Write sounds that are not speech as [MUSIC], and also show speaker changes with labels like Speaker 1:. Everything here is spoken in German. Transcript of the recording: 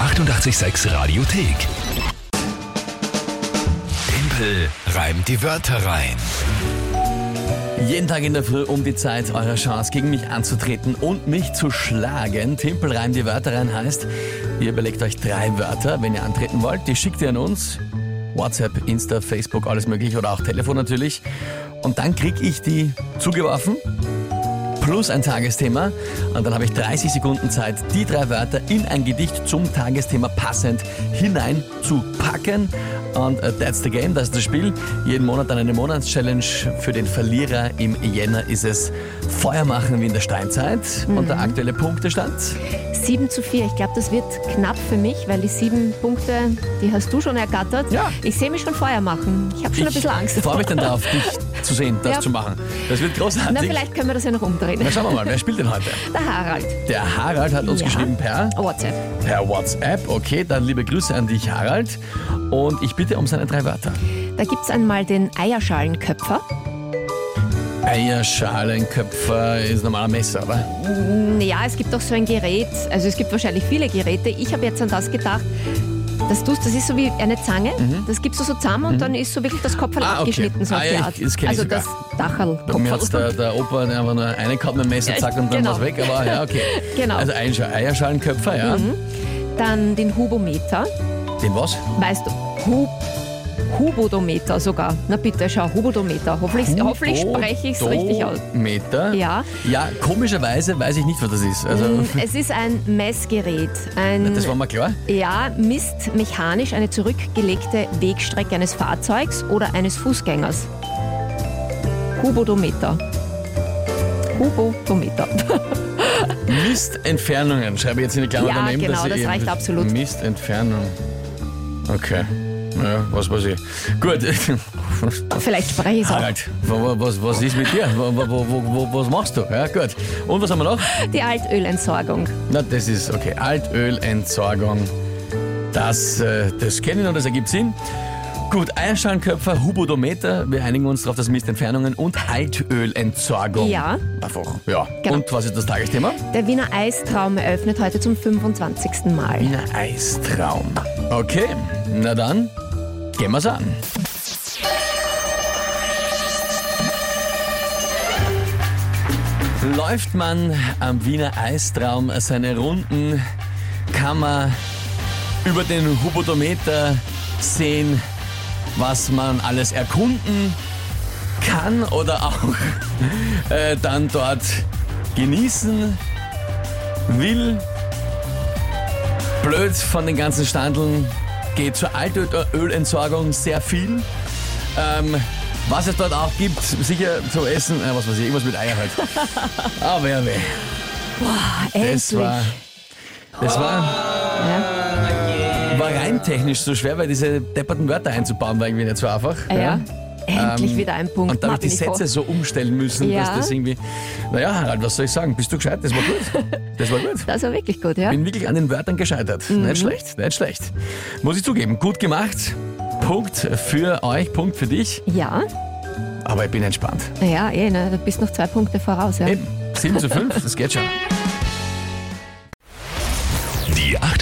Speaker 1: 886 Radiothek. Tempel reimt die Wörter rein.
Speaker 2: Jeden Tag in der Früh um die Zeit eure Chance gegen mich anzutreten und mich zu schlagen. Timpelreim die Wörter rein heißt, ihr überlegt euch drei Wörter, wenn ihr antreten wollt. Die schickt ihr an uns. WhatsApp, Insta, Facebook, alles mögliche oder auch Telefon natürlich. Und dann krieg ich die zugeworfen plus ein Tagesthema. Und dann habe ich 30 Sekunden Zeit, die drei Wörter in ein Gedicht zum Tagesthema passend hineinzupacken. Und äh, that's the game, das ist das Spiel. Jeden Monat dann eine Monatschallenge. Für den Verlierer im Jänner ist es Feuer machen wie in der Steinzeit.
Speaker 3: Mhm.
Speaker 2: Und der aktuelle Punktestand?
Speaker 3: 7 zu 4. Ich glaube, das wird knapp für mich, weil die sieben Punkte, die hast du schon ergattert.
Speaker 2: Ja.
Speaker 3: Ich sehe mich schon Feuer machen. Ich habe schon ein bisschen Angst.
Speaker 2: Ich freue mich dann darauf, dich zu sehen, das
Speaker 3: Ja.
Speaker 2: zu machen. Das wird großartig.
Speaker 3: Na, vielleicht können wir das ja noch umdrehen.
Speaker 2: Na, schauen wir mal, wer spielt denn heute?
Speaker 3: [LAUGHS] Der Harald.
Speaker 2: Der Harald hat uns
Speaker 3: Ja.
Speaker 2: geschrieben per...
Speaker 3: WhatsApp.
Speaker 2: per WhatsApp. Okay, dann liebe Grüße an dich, Harald. Und ich bitte um seine drei Wörter.
Speaker 3: Da gibt es einmal den Eierschalenköpfer.
Speaker 2: Eierschalenköpfer ist normaler Messer, aber
Speaker 3: Hm, Ja, es gibt auch so ein Gerät. Also es gibt wahrscheinlich viele Geräte. Ich habe jetzt an das gedacht. Das tust, das ist so wie eine Zange. Das gibst du so zusammen und dann ist so wirklich das Kopf
Speaker 2: Mhm. Ah, okay.
Speaker 3: abgeschnitten. So auf
Speaker 2: Ah,
Speaker 3: die
Speaker 2: ja, ich-
Speaker 3: Art.
Speaker 2: das kenn ich
Speaker 3: also
Speaker 2: sogar.
Speaker 3: das Dachel.
Speaker 2: bei mir hat der, der Opa der einfach nur eine Kopf mit dem Messer,
Speaker 3: Ja,
Speaker 2: zack, und dann
Speaker 3: genau.
Speaker 2: war's weg. Aber ja, [LAUGHS] okay.
Speaker 3: Genau.
Speaker 2: Also Eierscha- Eierschalenköpfer, ja.
Speaker 3: Dann den Hubometer.
Speaker 2: Den was?
Speaker 3: Weißt du, Hub, Hubodometer sogar. Na bitte, schau, Hubodometer. Hoffentlich, hoffentlich spreche ich es richtig aus.
Speaker 2: Meter.
Speaker 3: Ja.
Speaker 2: Ja, komischerweise weiß ich nicht, was das ist. Also,
Speaker 3: Hm, Es ist ein Messgerät. Ein,
Speaker 2: das war mal klar.
Speaker 3: ja, misst mechanisch eine zurückgelegte Wegstrecke eines Fahrzeugs oder eines Fußgängers. Hubodometer. Hubodometer. [LAUGHS]
Speaker 2: Mistentfernungen. Schreibe ich jetzt in die Klammer
Speaker 3: Ja,
Speaker 2: daneben.
Speaker 3: genau,
Speaker 2: dass ich
Speaker 3: das
Speaker 2: eben-
Speaker 3: reicht absolut.
Speaker 2: Mistentfernung. Okay. Ja, was weiß ich. Gut. [LAUGHS]
Speaker 3: Vielleicht spreche ich es auch.
Speaker 2: Harald, wa- wa- was, was ist mit dir? Wa- wa- wo- wo- wo- Was machst du? Ja, gut. Und was haben wir noch?
Speaker 3: Die Altölentsorgung.
Speaker 2: Na, das ist okay. Altölentsorgung. Das, äh, das kenne ich noch, das ergibt Sinn. Gut, Eierschalenköpfer, Hubodometer, wir einigen uns darauf, das Mistentfernungen und Altölentsorgung.
Speaker 3: Ja.
Speaker 2: Einfach, ja.
Speaker 3: Genau.
Speaker 2: Und was ist das Tagesthema?
Speaker 3: Der Wiener Eistraum eröffnet heute zum 25. Mal.
Speaker 2: Wiener Eistraum. Okay, na dann, gehen wir's an. Läuft man am Wiener Eistraum seine Runden, kann man über den Hubodometer sehen, was man alles erkunden kann oder auch äh, dann dort genießen will. Blöd von den ganzen Standeln geht zur Altölentsorgung sehr viel. Ähm, was es dort auch gibt, sicher zum Essen, äh, was weiß ich, irgendwas mit
Speaker 3: [LAUGHS]
Speaker 2: Eier halt. Aber ja, weh. Das
Speaker 3: Ah, Endlich.
Speaker 2: war. Das war,
Speaker 3: ja.
Speaker 2: war rein technisch so schwer, weil diese depperten Wörter einzubauen war irgendwie nicht so einfach.
Speaker 3: Ah, Ja.
Speaker 2: ja.
Speaker 3: Endlich wieder ein Punkt.
Speaker 2: Ähm, Und da habe ich die
Speaker 3: Martin, ich
Speaker 2: Sätze so umstellen müssen, dass
Speaker 3: Ja.
Speaker 2: das irgendwie. Naja, Harald, was soll ich sagen? Bist du gescheit? Das war gut.
Speaker 3: [LAUGHS]
Speaker 2: Das war gut.
Speaker 3: Das war wirklich gut, ja?
Speaker 2: Bin wirklich an den Wörtern gescheitert. Nicht schlecht, nicht schlecht. Muss ich zugeben, gut gemacht. Punkt für euch, Punkt für dich.
Speaker 3: Ja,
Speaker 2: Aber ich bin entspannt.
Speaker 3: ja, eh, ne? du bist noch zwei Punkte voraus. Ja?
Speaker 2: Eben, 7 zu 5, das geht schon.
Speaker 1: Die